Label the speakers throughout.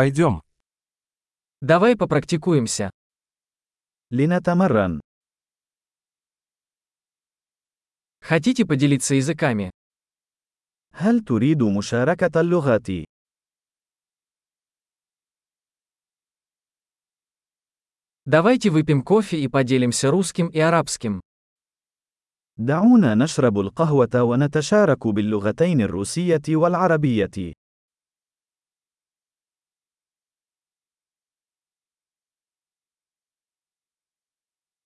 Speaker 1: Пойдем.
Speaker 2: Давай попрактикуемся.
Speaker 3: لنتمرن.
Speaker 2: Хотите поделиться языками?
Speaker 3: هل تريد مشاركة اللغات؟
Speaker 2: Давайте выпьем кофе и поделимся русским и арабским.
Speaker 3: دعونا نشرب القهوة ونتشارك باللغتين الروسية والعربية.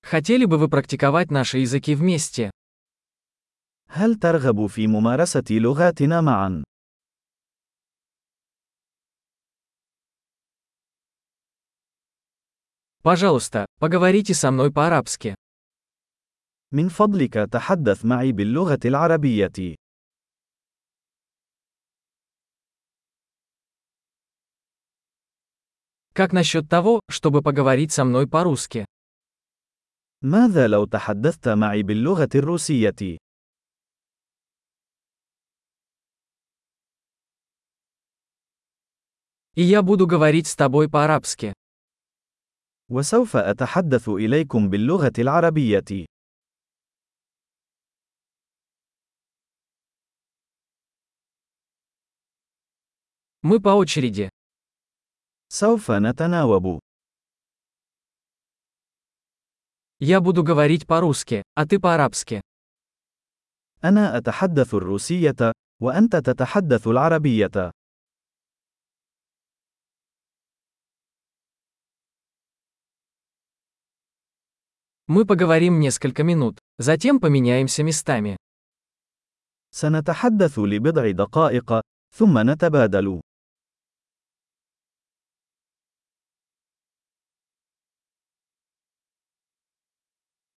Speaker 2: Хотели бы вы практиковать наши языки вместе?
Speaker 3: هل ترغب في ممارسة لغاتنا معا؟
Speaker 2: Пожалуйста, поговорите со мной по-арабски.
Speaker 3: من فضلك تحدث معي باللغة العربية.
Speaker 2: Как насчет того, чтобы поговорить со мной по-русски?
Speaker 3: ماذا لو تحدثت معي باللغة الروسية؟
Speaker 2: И я буду говорить с тобой по-арабски.
Speaker 3: وسوف أتحدث إليكم باللغة العربية.
Speaker 2: Мы по очереди.
Speaker 3: سوف نتناوب.
Speaker 2: Я буду говорить по-русски, а ты по-арабски.
Speaker 3: أنا أتحدث الروسية، وأنت تتحدث العربية.
Speaker 2: Мы поговорим несколько минут, затем поменяемся местами.
Speaker 3: سنتحدث لبضع دقائق، ثم نتبادل.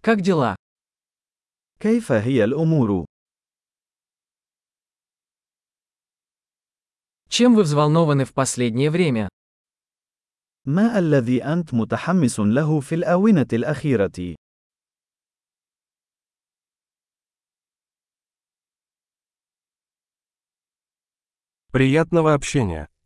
Speaker 2: Как дела?
Speaker 3: كيف هي الأمور؟
Speaker 2: Чем вы взволнованы в последнее время?
Speaker 3: ما الذي أنت متحمس له في الآونة الأخيرة؟
Speaker 1: Приятного общения.